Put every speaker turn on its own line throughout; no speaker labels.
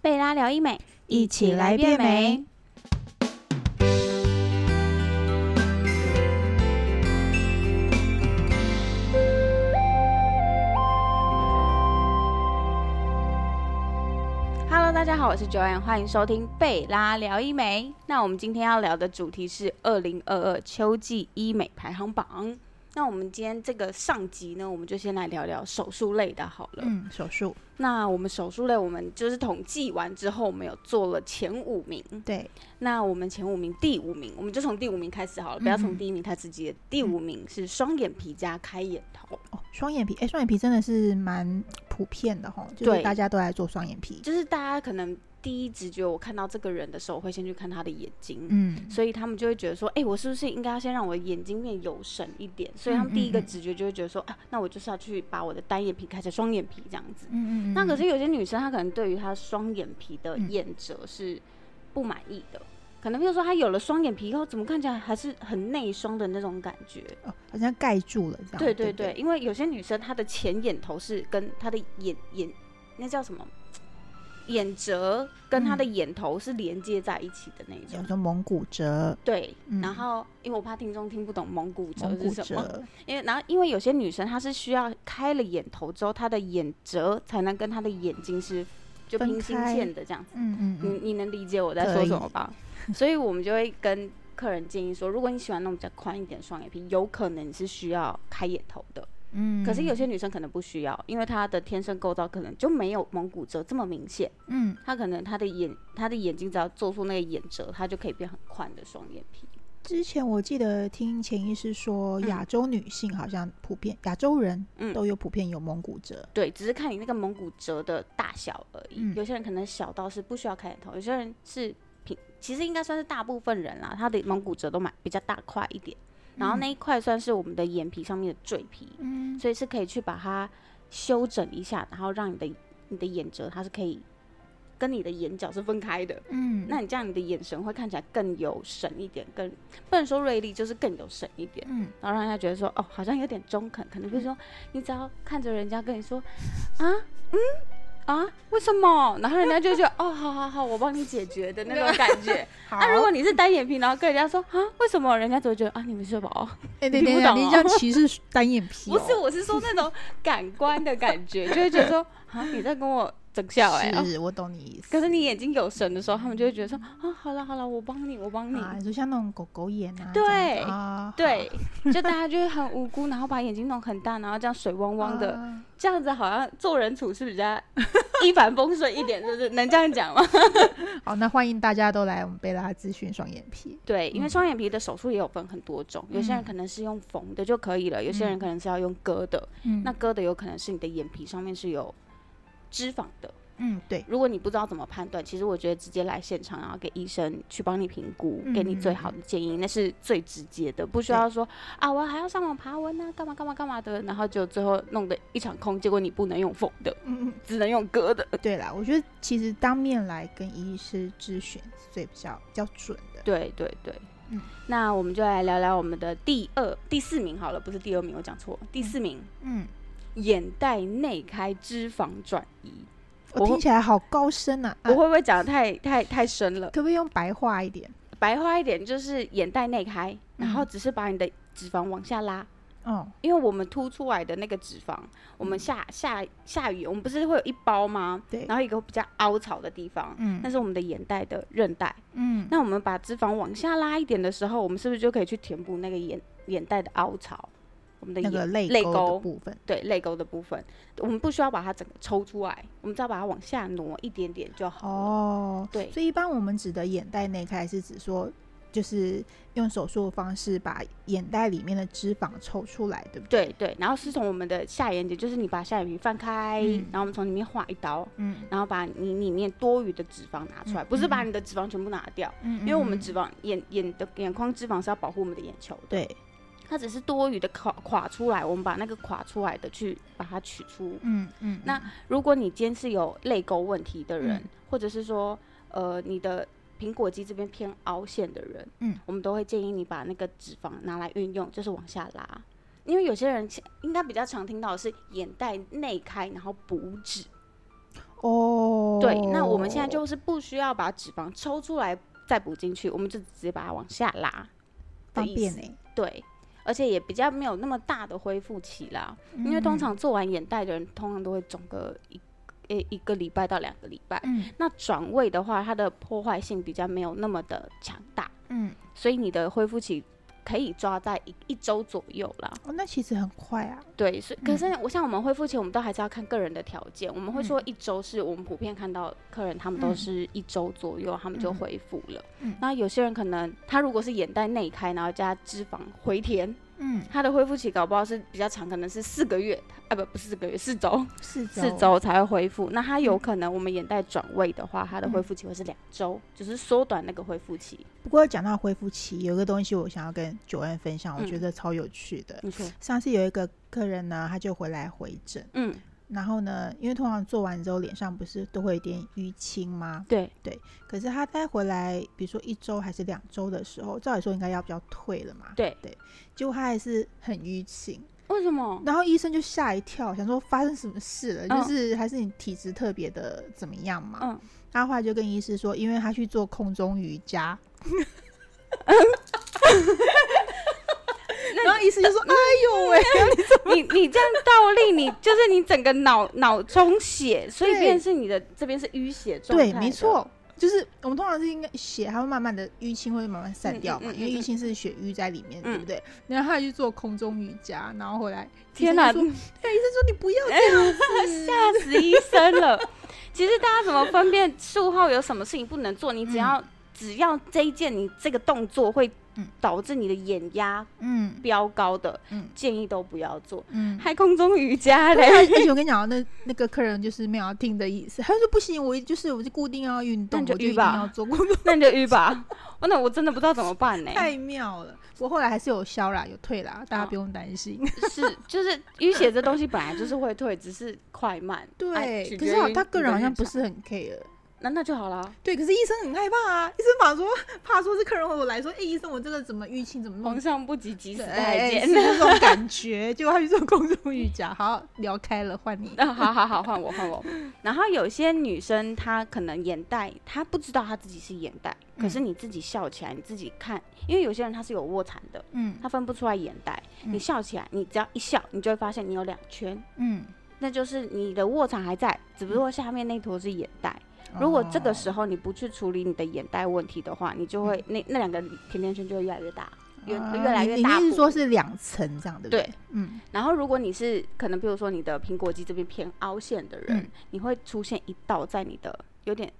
妈聊医美，
一起来变美。
Hello，大家好，我是 Joanne，欢迎收听贝拉聊医美。那我们今天要聊的主题是二零二二秋季医美排行榜。那我们今天这个上集呢，我们就先来聊聊手术类的好了。
嗯，手术
那我们手术类，我们就是统计完之后，我们有做了前五名。
对，
那我们前五名，第五名，我们就从第五名开始好了，不
嗯
要从第一名太直接。第五名是双眼皮加开眼头，
哦，双眼皮，哎、双眼皮真的是蛮普遍的哈，就
对
是大家都来做双眼皮。
就是大家可能第一直觉，我看到这个人的时候，我会先去看他的眼睛。
嗯，
所以他们就会觉得说，哎、我是不是应该要先让我的眼睛变有神一点？所以他们
嗯嗯
第一个
嗯
直觉就会觉得说，啊，那我就是要去把我的单眼皮改成双眼皮这样子。
嗯嗯嗯
那可是有些女生她可能对于她双眼皮的
嗯
眼褶是不满意的，可能比如说她有了双眼皮以后，怎么看起来还是很内双的那种感觉。
哦，好像盖住了这样。
对
哦对
对对，，因为有些女生她的前眼头是跟她的眼眼那叫什么眼褶跟她的眼头是连接在一起的那一种。
有时候蒙古折，
对，
嗯
然后因为我怕听众听不懂蒙古褶
蒙古
是什么，
折，
因为然后因为有些女生她是需要开了眼头之后，她的眼褶才能跟她的眼睛是就
分
平行
开
线的这样子。
嗯嗯
你
嗯，
你能理解我在说什么吧？ 所以我们就会跟客人建议说，如果你喜欢那种比较宽一点的双眼皮，有可能你是需要开眼头的。
嗯，
可是有些女生可能不需要，因为她的天生构造可能就没有蒙古褶这么明显，
嗯，
她可能她的眼她的眼睛只要做出那个眼褶，她就可以变很宽的双眼皮。
之前我记得听潜意识说，
嗯
亚洲女性好像普遍，亚洲人
嗯
都有普遍有蒙古折。
对，只是看你那个蒙古褶的大小而已。
嗯
有些人可能小到是不需要开眼头，有些人是平，其实应该算是大部分人啦，他的蒙古褶都蛮比较大块一点，然后那一块算是我们的眼皮上面的赘皮，
嗯，
所以是可以去把它修整一下，然后让你的你的眼褶它是可以跟你的眼角是分开的。
嗯，
那你这样，你的眼神会看起来更有神一点，更不能说锐利，就是更有神一点，
嗯，
然后让人家觉得说，哦，好像有点中肯。可能比如说，你只要看着人家跟你 说，啊，嗯，啊，为什么？然后人家就觉得，哦，好好好，我帮你解决的那种感 觉。啊
好，
那、如果你是单眼皮，然后跟人家说，啊，为什么？人家只会觉得，啊，你没睡饱。
哎，对
你
对
不
对，
懂
你
哦
这样歧视 单眼皮哦，
不是，我是说那种感官的感觉，就会觉得说，啊，你在跟我整笑 哎、哦
是，我懂你意思。
可是你眼睛有神的时候，他们就会觉得说，啊，好了好了，我帮你，我帮你。
啊，你说像那种狗狗眼啊，
嗯对
这样子啊，
对，就大家就会很无辜，然后把眼睛弄很大，然后这样水汪汪 的，
啊
这样子好像做人处事比较 一帆风顺一点，就是能这样讲吗？
好，那欢迎大家都来我们贝拉咨询双眼皮。
对，因为双眼皮的手术也有分很多种，有些人
嗯
可能是用缝的就可以了，有些人可能是要用割的，
嗯
那割的有可能是你的眼皮上面是有脂肪的。
嗯，对，
如果你不知道怎么判断，其实我觉得直接来现场，然后给医生去帮你评估，
嗯
给你最好的建议，那是最直接的，不需要说啊，我还要上网爬文啊，干嘛干嘛干嘛的，然后就最后弄得一场空，结果你不能用缝的，
嗯，嗯
只能用割的。
对啦，我觉得其实当面来跟医师咨询是最比较比较准的。
对对对，
嗯
那我们就来聊聊我们的第二、第四名好了，不是第二名，我讲错，了，第四名，
嗯，
眼袋内开脂肪转移，
我
我
听起来好高深啊，啊
我会不会讲的太太太深了？
可不可以用白话一点？
白话一点就是眼袋内开，然后
嗯
只是把你的脂肪往下拉。
哦，
因为我们凸出来的那个脂肪，我们下下下雨，我们不是会有一包吗？
嗯对
然后一个比较凹槽的地方，
嗯
那是我们的眼袋的韧带。
嗯，
那我们把脂肪往下拉一点的时候，我们是不是就可以去填补那个眼眼袋的凹槽？我们的
那
眼
个泪
泪
沟的
沟
部分，
对泪沟的部分，我们不需要把它整个抽出来，我们只要把它往下挪一点点就好了。
哦，
对
所以一般我们指的眼袋内开是指说，就是用手术的方式把眼袋里面的脂肪抽出来，对不对？
对对，然后是从我们的下眼睑，就是你把下眼皮翻开，
嗯
然后我们从里面划一刀，
嗯
然后把你里面多余的脂肪拿出来，
嗯
不是把你的脂肪全部拿掉，
嗯，
因为我们
嗯
脂肪眼眼的眼眶脂肪是要保护我们的眼球的，
对，
它只是多余的垮垮出来，我们把那个垮出来的去把它取出。
嗯嗯，
那
嗯
如果你今天是有泪沟问题的人，
嗯
或者是说呃你的苹果肌这边偏凹陷的人，
嗯，
我们都会建议你把那个脂肪拿来运用，就是往下拉。因为有些人其应该比较常听到的是眼袋内开，然后补脂，
哦，
对，那我们现在就是不需要把脂肪抽出来再补进去，我们就直接把它往下拉。
方便欸
思
呢、
对，而且也比较没有那么大的恢复期啦，
嗯
因为通常做完眼袋的人，通常都会肿个一诶、一个礼拜到两个礼拜。
嗯
那转位的话，它的破坏性比较没有那么的强大，
嗯、
所以你的恢复期可以抓在一一周左右啦。嗯
哦，那其实很快啊。
对，所以可是我像我们恢复期，我们都还是要看个人的条件。我们会说
嗯
一周是我们普遍看到客人他们都
嗯
是一周左右，他们就
嗯
恢复了。
嗯
那有些人可能他如果是眼袋内开，然后加脂肪回填，
嗯，
他的恢复期搞不好是比较长，可能是四个月啊，不不是四个月，四周
四周
四周才会恢复。那他
嗯
有可能我们眼袋转位的话，他的恢复期会是两周，就是缩短那个恢复期。
不过讲到恢复期，有一个东西我想要跟九恩分享，我
嗯
觉得超有趣的。
你说，
上次有一个客人呢，他就回来回诊，
嗯，
然后呢，因为通常做完之后脸上不是都会有点淤青吗？
对，
可是他再回来，比如说一周还是两周的时候，照理说应该要比较退了嘛。
对
对，结果他还是很淤青，
为什么？
然后医生就吓一跳，想说发生什么事了？
嗯
就是还是你体质特别的怎么样嘛？
嗯，
他后来就跟医师说，因为他去做空中瑜伽。 然后医师就说：“哎呦喂，
你你这样倒立，你就是你整个脑脑充血，所以
对
变成是你的这边是淤血状态。
对，没。错，就是我们通常是应该血，它会慢慢的淤青会慢慢散掉嘛，
嗯嗯嗯
因为淤青是血淤在里面，对
嗯
不对？然后他还去做空中瑜伽，然后回来，
天
哪！
哪
医生就说对，医生说你不要这样 子，
吓死医生了。其实大家怎么分辨术后有什么事情不能做？你只要、只要这一件你这个动作会
嗯
导致你的眼压
嗯
飙高的，
嗯
建议都不要做。
嗯。
还空中瑜伽
对啊
嘞，
而且我跟你讲，那那个客人就是没有要听的意思，他就说不行，我就是我就固定要运
那
动，我
你就
就一
预
定
吧
要做，我
那你就晕吧。我那我真的不知道怎么办呢、
太妙了。我后来还是有消啦，有退啦，大家
哦
不用担 心。
是就是淤血这东西本来就是会退，只是快慢。哎
对，
取
可
决
是好
于
他个
你
人
的
好像
立
不
场
是很 care。
那那就好了。
对，可是医生很害怕啊，医生怕说怕说是客人会我来说，哎、医生我这个怎么淤青怎么弄
皇？上不急，急死
对
太
哎，
监
是。这种感觉，结果他去做空中瑜伽，好聊开了，换你。
那啊好好好，换我换我。然后有些女生她可能眼袋，她不知道她自己是眼袋，可是你自己笑起来，你自己看，因为有些人她是有卧蚕的，
嗯
她分不出来眼袋。
嗯
你笑起来，你只要一笑，你就会发现你有两圈，
嗯，
那就是你的卧蚕还在，只不过下面那坨是眼袋。
哦
如果这个时
候
候你不去处理你的眼袋问题的话，你就会那那两个甜甜圈就会越来越大，越越来越
嗯啊呃你
大
你意思
步
说是两层这样，对不对？
对
嗯
然后，如果你是可能，比如说你的苹果肌这边偏凹陷的人，
嗯
你会出现一道在你的有点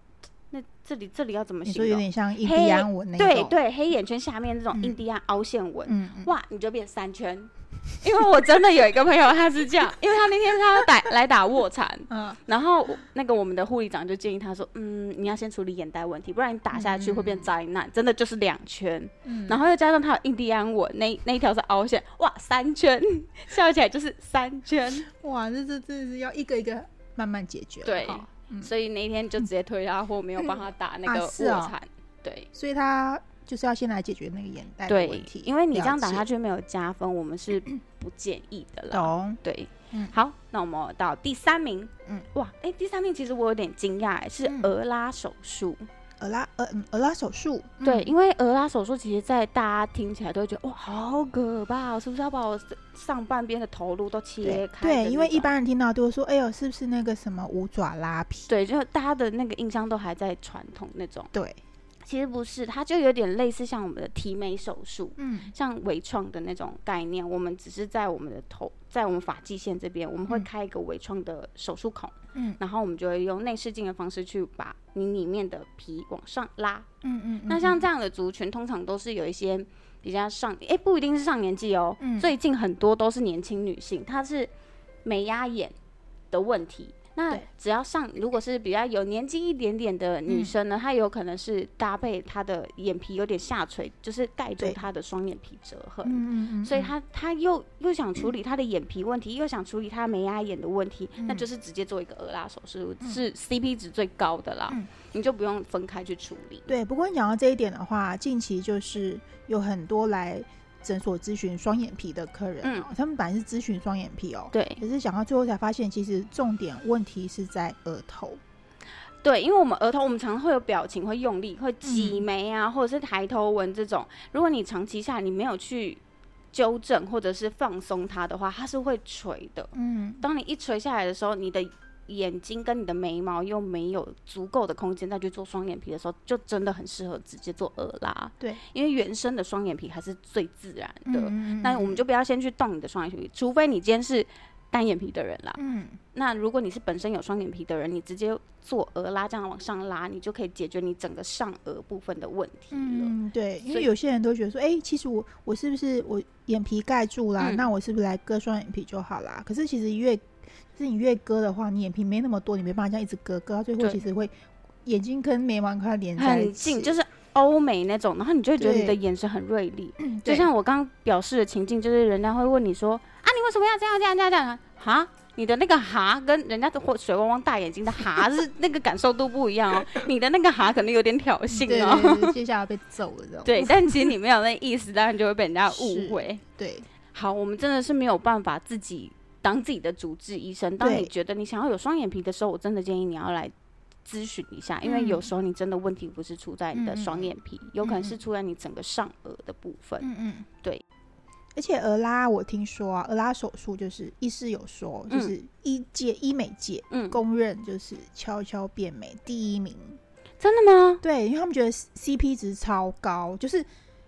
那这里这里要怎么
你
形
说
容？
有点像印
黑
第安纹那种，
对，对，黑眼圈下面这种
嗯
印第安凹陷纹，
嗯，嗯
哇，你就变三圈。 因为我真的有一个朋友，他是这样，因为他那天他要打来打卧蚕，
嗯，
然后我那个我们的护理长就建议他说，嗯，你要先处理眼袋问题，不然你打下去会变灾难，真的就是两圈，
嗯
然后又加上他有印第安纹，那那一条是凹陷，哇，三圈， 笑起来就是三圈，
哇，这这真的是要一个一个慢慢解决，
对
哈嗯
所以那一天就直接推他或没有帮他打那
啊
个卧
是哦
蚕，对。
所以他就是要先来解决那个眼袋的
对
问题，，
因为你这样打下
去，
去没有加分，我们是不建议的啦。
懂，
对，
嗯
好，那我们到第三名，
嗯
嗯，哇，哎、第三名其实我有点惊讶，哎是
嗯
俄拉手术。
耳拉耳嗯耳拉手术，嗯
对，因为俄拉手术，其实，在大家听起来都会觉得哇，好可怕哦，是不是要把我上半边的头颅都切
对
开的那种？
对，因为一般人听到都会说，哎呦，是不是那个什么五爪拉皮？
对，就大家的那个印象都还在传统那种，
对，
其实不是，它就有点类似像我们的提眉手术，
嗯
像微创的那种概念，我们只是在我们的头，在我们发际线这边，我们会
嗯
开一个微创的手术孔，
嗯
然后我们就会用内视镜的方式去把你里面的皮往上拉。
嗯嗯。
那像
这
这样的族群，通常都是有一些比较上，诶，不一定是上年纪哦，
嗯
最近很多都是年轻女性，她是美压眼的问题。那
对
只要上，如果是比较有年纪一点点的女
嗯
生呢，她有可能是搭配她的眼皮有点下垂，就是盖住
对
她的双眼皮折痕。
嗯嗯嗯，
所以他他又又想处理他的眼皮问题，又想处理他眉压眼的问题，那
嗯
就是直接做一个额拉手术，是 CP 值最高的啦，
嗯
你就不用分开去处理。
对。不过你讲到这一点的话，近期就是有很多来诊所咨询双眼皮的客人
嗯
哦、他们本来是咨询双眼皮哦，
对，
可是讲到最后才发现，其实重点问题是在额头。
对，因为我们额头我们常常会有表情，会用力，会挤
嗯
眉啊，或者是抬头纹这种。如果你长期下来你没有去纠正或者是放松它的话，它是会垂的。
嗯，
当你一垂下来的时候，你的眼睛跟你的眉毛又没有足够的空间再去做双眼皮的时候，就真的很适合直接做耳拉。
对，
因为原生的双眼皮还是最自然的。
嗯
那我们就不要先去动你的双眼皮，除非你今天是单眼皮的人啦。
嗯
那如果你是本身有双眼皮的人，你直接做额拉这样往上拉，你就可以解决你整个上额部分的问题了。
嗯，对，因
所
为
以
有些人都觉得说，哎、其实我我是不是我眼皮盖住啦？
嗯
那我是不是来割双眼皮就好啦？可是其实越就是你越割的话，你眼皮没那么多，你没办法这样一直割，割到最后
对
其实会眼睛跟眉毛快连在一
很
起，
近，就是欧美那种，然后你就会觉得你的
对
眼神很锐利。
嗯
就
对
像我刚刚表示的情境，就是人家会问你说：“啊，你为什么要这样这样这样这样？”哈，你的那个“哈”跟人家的或水汪汪大眼睛的“哈”是那个感受度不一样哦。你的那个“哈”可能有点挑衅
对对
哦。
对对接下来被揍了这种，
对，但其实你没有那意思，当然就会被人家误
是
会。
对
好，我们真的是没有办法自己当自己的主治医生。当
对
你觉得你想要有双眼皮的时候，我真的建议你要来咨询一下，因为
嗯
有时候你真的问题不是出在你的双眼皮，有可能是
嗯嗯
出在你整个上颚的部分。
嗯嗯
对。
而且俄拉，我听说啊，俄拉手术就是医师有说，就
嗯
是医界、医美界
嗯，
公认就是悄悄变美第一名，
真的吗？
对，因为他们觉得 CP 值超高，就是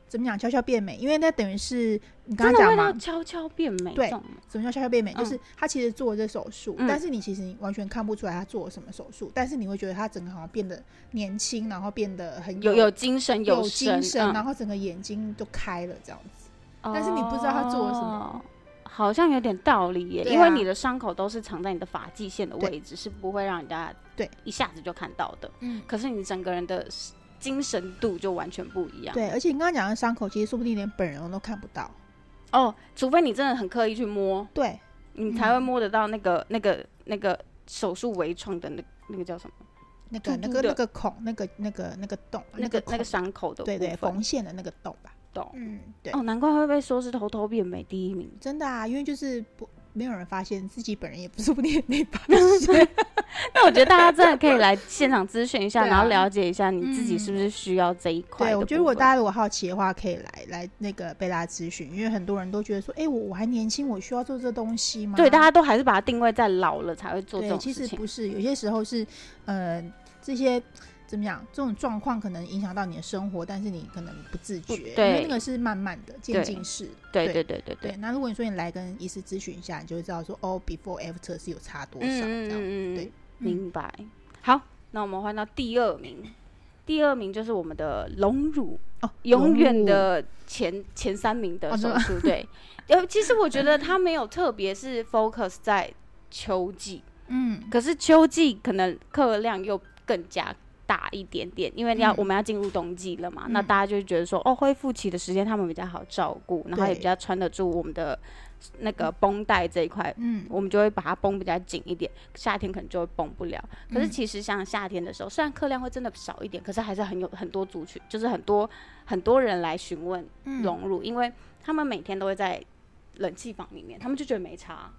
怎么讲，悄悄变美，因为那等于是你刚
真
刚
的会
讲
到
嘛，
悄悄变美
对
这种吗？
什么叫悄悄变美，就
嗯
是他其实做了这手术，
嗯
但是你其实你完全看不出来他做了什么手术，但是你会觉得他整个好像变得年轻，然后变得很
有有精神
有
神，
精神，
嗯
然后整个眼睛都开了这样子。但是你不知道他做了什么
哦好像有点道理耶，
对啊
因为你的伤口都是藏在你的发际线的位置，是不会让人家
对
一下子就看到的。
嗯，
可是你整个人的精神度就完全不一样。
对，而且你刚刚讲的伤口，其实说不定连本人都看不到。
哦，除非你真的很刻意去摸，
对，
你才会摸得到那个、那个、那个手术微创的那那个叫什么？
那个那
凸凸
个
的
那个孔，那个那个那个洞，
那个那
孔
个伤口的
对对
部分
缝线的那个洞吧。
懂
嗯，对。
哦，难怪会被说是偷偷变美第一名。
真的啊，因为就是不没有人发现，自己本人也不是不也没 发现。
那我觉得大家真的可以来现场咨询一下，
对啊
然后了解一下你自己是不是需要这一块
对，
的部分。
我觉得如果大家如果好奇的话，可以来来那个贝拉咨询，因为很多人都觉得说，哎、我我还年轻，我需要做这东西吗？
对大家都还是把它定位在老了才会做这
对，
种
其
事
实
情。
不是，有些时候是呃这些。怎么讲？这种状况可能影响到你的生活，但是你可能不自觉，因为
对
那个是慢慢的渐进式。
对
对
对对对对，
对，那如果你说你来跟医师咨询一下，你就会知道说，哦，before after 是有差多
嗯
少这
嗯
样。
嗯嗯
对
嗯，明白。好，那我们换到第二名，第二名就是我们的隆乳。
哦，
永远
融入
的前前三名的
哦真
手
的
术，对。 呃，其实我觉得他没有特别是 focus 在秋季，
嗯，
可是秋季可能客量又更加大一点点，因为你要、
嗯
我们要进入冬季了嘛，
嗯
那大家就觉得说，哦，恢复期的时间他们比较好照顾，然后也
对
比较穿得住我们的那个绷带这一块。
嗯，
我们就会把它绷比较紧一点，夏天可能就会绷不了。可是
嗯
其实像夏天的时候，虽然客量会真的少一点，可是还是很有很多族群，就是很多很多人来询问
嗯
融入，因为他们每天都会在冷气房里面，他们就觉得没差。啊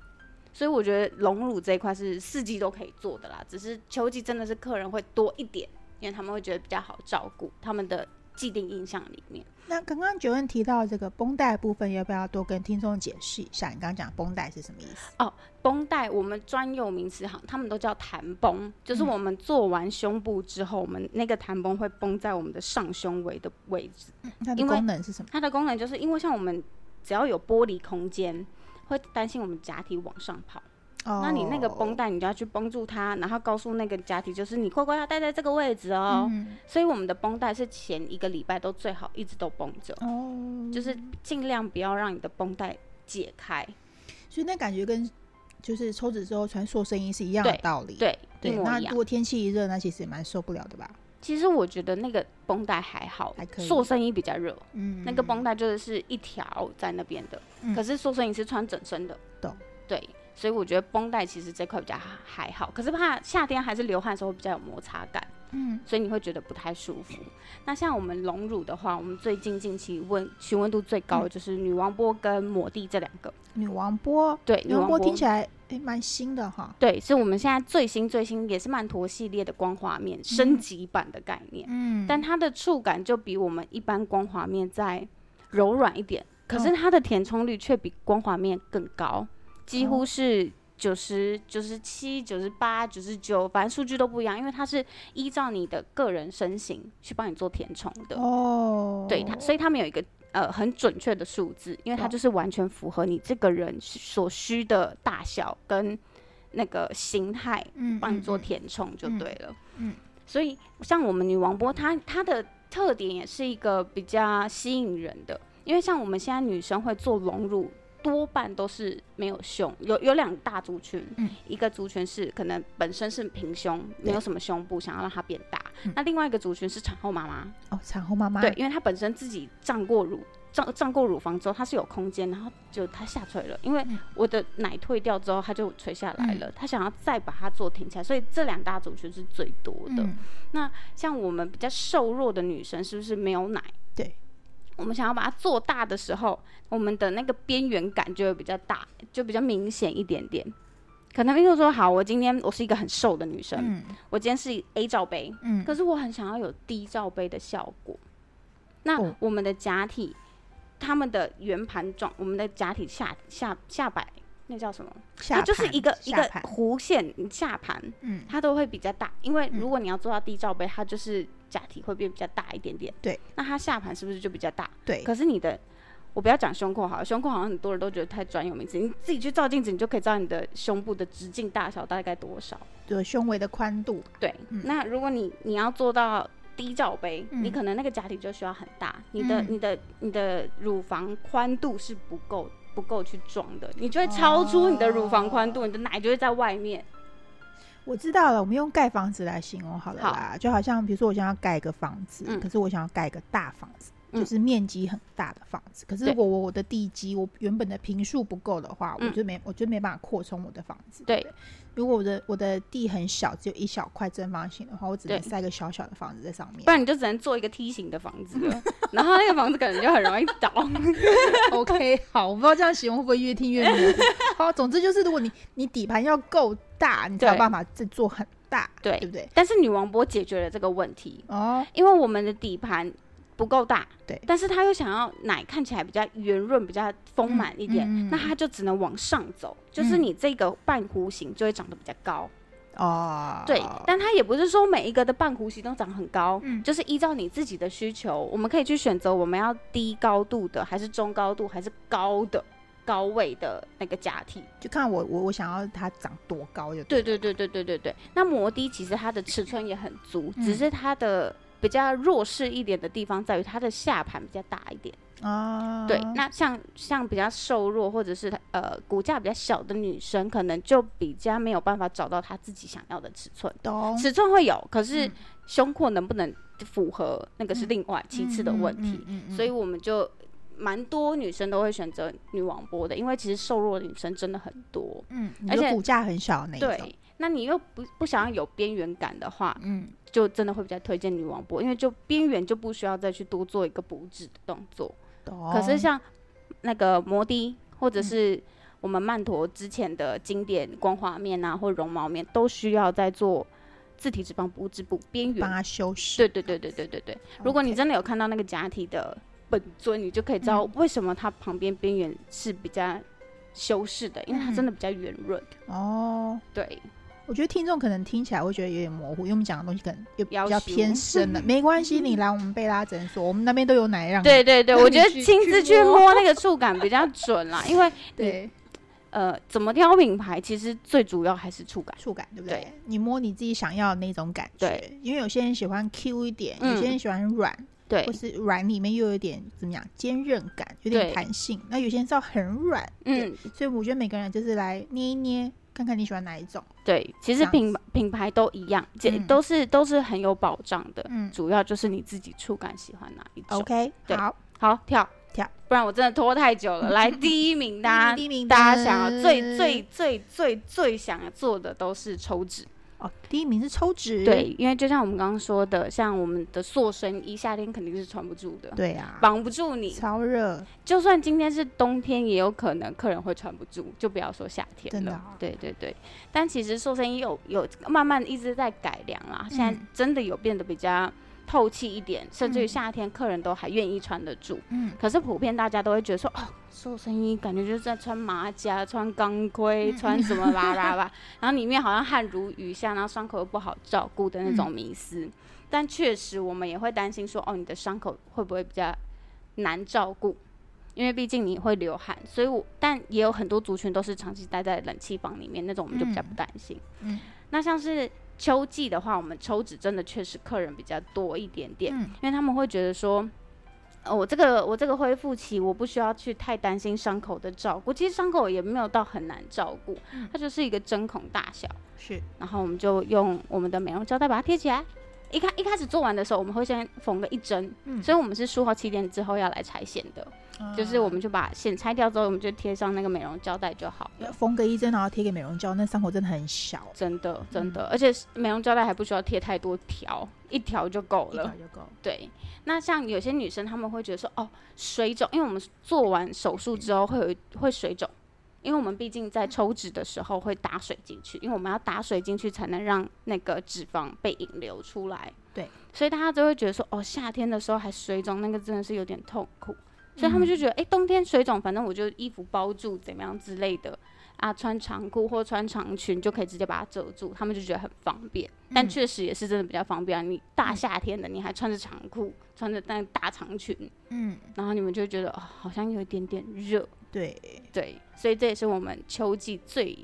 所以我觉得隆乳这一块是四季都可以做的啦，只是秋季真的是客人会多一点，因为他们会觉得比较好照顾，他们的既定印象里面。
那刚刚九恩提到这个绷带的部分，要不要多跟听众解释一下？你刚刚讲绷带是什么意思？
绷带，我们专有名词行，他们都叫弹绷，就是我们做完胸部之后，我们那个弹绷会绷在我们的上胸围的位置。
它的
因为
功能是什么？
它的功能就是因为像我们只要有玻璃空间，会担心我们假体往上跑，
哦
那你那个绷
带
带你就要去绷住它，然后告诉那个假体就是你乖乖要待在这个位置哦。
嗯、
所以我们的绷带是前一个礼拜都最好一直都绷着，
哦，
就是尽量不要让你的绷带解开。
所以那感觉跟就是抽脂之后穿塑身衣是一样的
对
道理。
对，一模
那
一样
如。果天气一热，那其实也蛮受不了的吧？
其实我觉得那个绷带还好，
还可以
塑身衣比较热，
嗯，
那个绷带就是一条在那边的，
嗯
可是塑身衣是穿整身的，
懂？
对，所以我觉得绷带其实这块比较还好，可是怕夏天还是流汗的时候比较有摩擦感，
嗯，
所以你会觉得不太舒 服。那像我们隆乳的话，我们最近近期温询问度最高
嗯
的就是女王波跟抹地这两个，
女王波，
对，
女王波听起来诶蛮新的哈。
对，是我们现在最新最新也是曼陀系列的光滑面升级版的概念，
嗯
但它的触感就比我们一般光滑面再柔软一点，可是
嗯
它的填充率却比光滑面更高，几
哦
乎是九十九十七、九十八、九十九，反正数据都不一样，因为它是依照你的个人身形去帮你做填充的。
哦，
对它，所以他们有一个呃很准确的数字，因为它
懂
就是完全符合你这个人所需的大小跟那个形态，
嗯
帮你
嗯
做
嗯
填充就对了。
嗯嗯
所以像我们女王波，它它的特点也是一个比较吸引人的，因为像我们现在女生会做隆乳。多半都是没有胸，有有两大族群，
嗯
一个族群是可能本身是平胸，没
对
有什么胸部，想要让它变大；
嗯
那另外一个族群是产后妈妈，
哦，产后妈妈
对，，因为她本身自己胀过乳，胀胀过乳房之后，她是有空间，然后就她下垂了。因为
嗯
我的奶退掉之后，她就垂下来了，她想要再把它做挺起来，所以这两大族群是最多的。
嗯
像我们比较瘦弱的女生，是不是没有奶？
对。
我们想要把它做大的时候，我们的那个边缘感就会比较大，就比较明显一点点。可能比如说，好，我今天我是一个很瘦的女生，
嗯
我今天是 A 罩杯，
嗯，
可是我很想要有低罩杯的效果。那
哦
我们的假体，他们的圆盘状，我们的假体下下下摆，那叫什么？
下
它就是
盘
一个一
下
个
盘
弧线下盘，
嗯
它都会比较大。因为
嗯
如果你要做到低罩杯，它就是假体会变比较大一点点。
对，
那它下盘是不是就比较大？
对，
可是你的，我不要讲胸廓好了，胸廓好像很多人都觉得太专有名词，你自己去照镜子，你就可以知道你的胸部的直径大小大概多少。
对胸围的宽度，
对，
嗯
那如果你你要做到低罩杯，
嗯
你可能那个假体就需要很大，你的、
嗯
你的你的乳房宽度是不够不够去装的，你就会超出你的乳房宽
哦
度，你的奶就会在外面。
我知道了，我们用盖房子来形容好了
好
啦，就好像比如说我想要盖一个房子，
嗯
可是我想要盖一个大房子，
嗯
就是面积很大的房子。可是
对
如果我我的地基我原本的平数不够的话，
嗯
我就没我就没办法扩充我的房子。
对
不，如果我的我的地很小，只有一小块正方形的话，我只能
对
塞个小小的房子在上面
不。然你就只能做一个梯形的房子了，然后那个房子可能就很容易 倒。
OK，好，我不知道这样形容会不会越听越 模糊。好，总之就是如果你你底盘要够大，你才有
对
办法再做很大，
对
对不对？
但是女王波解决了这个问题，
哦，
因为我们的底盘不够大，
对
但是她又想要奶看起来比较圆润、比较丰满一点，
嗯嗯嗯
那她就只能往上走，就是
嗯
你这个半弧形就会长得比较高。
哦，
对，但它也不是说每一个的半弧形都长很高，
嗯
就是依照你自己的需求，我们可以去选择我们要低高度的，还是中高度，还是高的高位的那个假体。
就看我我我想要它长多高就
对
了
对对对对对对。那摩的其实它的尺寸也很足，
嗯
只是它的比较弱势一点的地方在于它的下盘比较大一点。
啊，
对，那像像比较瘦弱或者是呃骨架比较小的女生，可能就比较没有办法找到她自己想要的尺寸。
懂
尺寸会有，可是
哦嗯
胸廓能不能符合那个是另外其次的问题，，
嗯嗯嗯嗯
所以我们就蛮多女生都会选择女王波的，因为其实瘦弱的女生真的很多。
嗯，你
而
说
且
骨架很小的那一种，
对，那你又不不想要有边缘感的话，
嗯，
就真的会比较推荐女王波，因为就边缘就不需要再去多做一个补脂的动作。
懂。
可是像那个摩的或
嗯
者是我们曼陀之前的经典光滑面啊，或绒毛面，都需要在做自体脂肪补脂补边缘。
帮它修饰，
对对对对对对对。如果你
OK 嗯
真的有看到那个假体的本尊，你就可以知道为什么它旁边边缘是比较修饰的，因为它
嗯
真的比较圆润。
哦。
对，
我觉得听众可能听起来会觉得有点模糊，因为我们讲的东西可能有比
要
较
求
偏深 了。没关系，你来我们贝拉诊所，我们那边都有奶让你。
对对对，
那
我
你
觉得
去
亲
去
自去
摸
摸 那个触感比较准啦，因为
对，
呃，怎么挑品牌，其实最主要还是触感。
触感对不
对
对？你摸你自己想要的那种感觉
对，
因为有些人喜欢 Q 一点，
嗯
有些人喜欢软，
对
或，是软里面又有点怎么样坚韧感，有点
对
弹性。那有些人是要很软，
嗯，
所以我觉得每个人就是来捏一捏，看看你喜欢哪一种。
对，其
这
实
样
品品牌都一样，这、
嗯
都是都是很有保障的。
嗯
主要就是你自己触感喜欢哪一种。
，OK，
对
好，
好，跳
跳，
不然我真的拖太久了。来，第一 名，大
第
家
一名
大家想要
的
最最最最最想做的都是抽脂，
哦，第一名是抽脂，
对，因为就像我们刚刚说的，像我们的塑身衣，夏天肯定是穿不住的，
对啊，
绑不住你。
超热，
就算今天是冬天，也有可能客人会穿不住，就不要说夏天了。
真的啊
对对对，但其实塑身衣有有慢慢一直在改良
嗯
啦，现在真的有变得比较透气一点，甚至于
嗯
夏天客人都还愿意穿得住。
嗯，
可是普遍大家都会觉得说，哦，塑身衣感觉就是在穿马甲、穿钢 盔、穿什么啦啦啦，然后里面好像汗如雨下，然后伤口又不好照顾的
嗯
那种迷思。但确实，我们也会担心说，哦，你的伤口会不会比较难照顾？因为毕竟你会流汗，所以我但也有很多族群都是长期待在冷气房里面，那种我们就比较不担心。
嗯
那像是秋季的话，我们抽脂真的确实客人比较多一点点，
嗯
因为他们会觉得说，哦，我这个我这个恢复期，我不需要去太担心伤口的照顾，其实伤口也没有到很难照顾，它就是一个针孔大小，
是，
然后我们就用我们的美容胶带把它贴起来。一开一开始做完的时候，我们会先缝个一针，
嗯啊
所以我们是术后七天之后要来拆线的，就是我们就把线拆掉之后，我们就贴上那个美容胶带就好了。
缝个一针，然后贴给美容胶，那伤口真的很小，
真的真
嗯
的，而且美容胶带还不需要贴太多条，一条就够
一
了
条。就够，
对，那像有些女生她们会觉得说，哦，水肿，因为我们做完手术之后会有一会水肿，因为我们毕竟在抽脂的时候会打水进去，因为我们要打水进去才能让那个脂肪被引流出来。
对，
所以大家都会觉得说，哦，夏天的时候还水肿，那个真的是有点痛苦。
嗯
所以他们就觉得，哎、冬天水肿，反正我就衣服包住，怎么样之类的啊，穿长裤或穿长裙就可以直接把它遮住，他们就觉得很方便。但
嗯
确实也是真的比较方便啊，你大夏天的，你还穿着长裤，穿着那大长裙，
嗯，
然后你们就觉得哦，好像有一点点热，
对，
对，所以这也是我们秋季最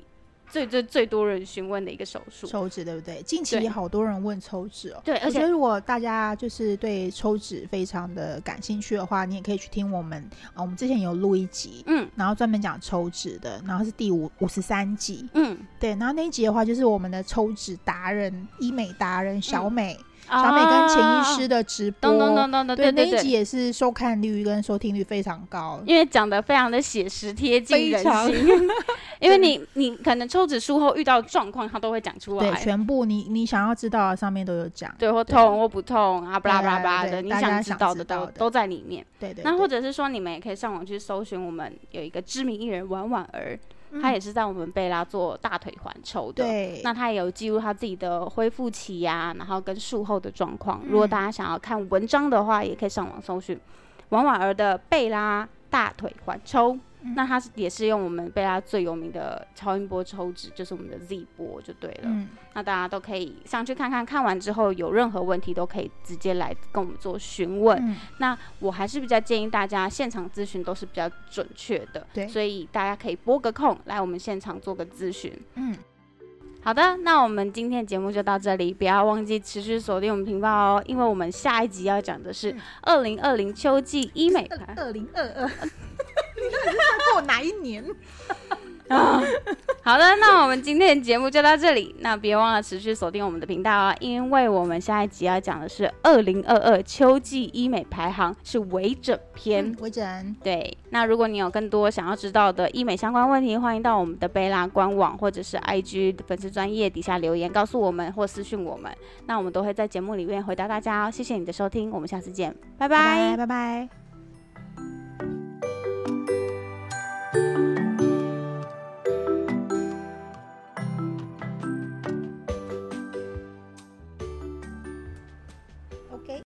最最最多人询问的一个手术。
抽脂对不对？近期
对
也好多人问抽脂哦。
对，而
我觉
且
得如果大家就是对抽脂非常的感兴趣的话，你也可以去听我们啊、我们之前有录一集，
嗯
然后专门讲抽脂的，然后是第五五十三集，
嗯，
对，然后那一集的话就是我们的抽脂达人、医美达
嗯
人小美，小
小
美跟潜医师，的直播，
咚咚咚咚咚，
对
对对
那一集
对，
也是收看率跟收听率非常高，
因为讲的非常的写实贴近人
非常
心，因为你你可能抽脂术后遇到的状况，他都会讲出
对，
来。
全部你你想要知道的上面都有讲，
对，或
对
痛或不痛啊，巴拉巴拉
对对
巴拉
对
的，你
大家
想知
想
道
知
的
道
都
的
都在里面。
对对
那或
者
者是说，你们也可以上网去搜寻，我们有一个知名艺人婉婉儿，她也是在我们贝拉做大腿环抽的。
嗯对，
那她也有记录她自己的恢复期呀、然后跟术后的状况。如果
嗯
大家想要看文章的话，也可以上网搜寻婉婉儿的贝拉大腿环抽。
嗯
那她是也是用我们贝拉最有名的超音波抽脂，就是我们的 Z 波就对了。
嗯，
那大家都可以上去看看，看完之后有任何问题都可以直接来跟我们做询问。
嗯
那我还是比较建议大家现场咨询都是比较准确的，
对
所以大家可以拨个空来我们现场做个咨询。
嗯，
好的，那我们今天的节目就到这里，不要忘记持续锁定我们频道哦，因为我们下一集要讲的是
嗯
二零二零秋季医 美盘
二零二二， 你到底是在过哪一年？
啊。好的，那我们今天的节目就到这里，那别忘了持续锁定我们的频道哦，因为我们下一集要讲的是二零二二秋季医美排行是微整篇。
嗯，微整，
对，那如果你有更多想要知道的医美相关问题，欢迎到我们的贝拉官网或者是 IG 的粉丝专业底下留言告诉我们或私讯我们，那我们都会在节目里面回答大家哦。谢谢你的收听，我们下次见，拜拜
拜拜。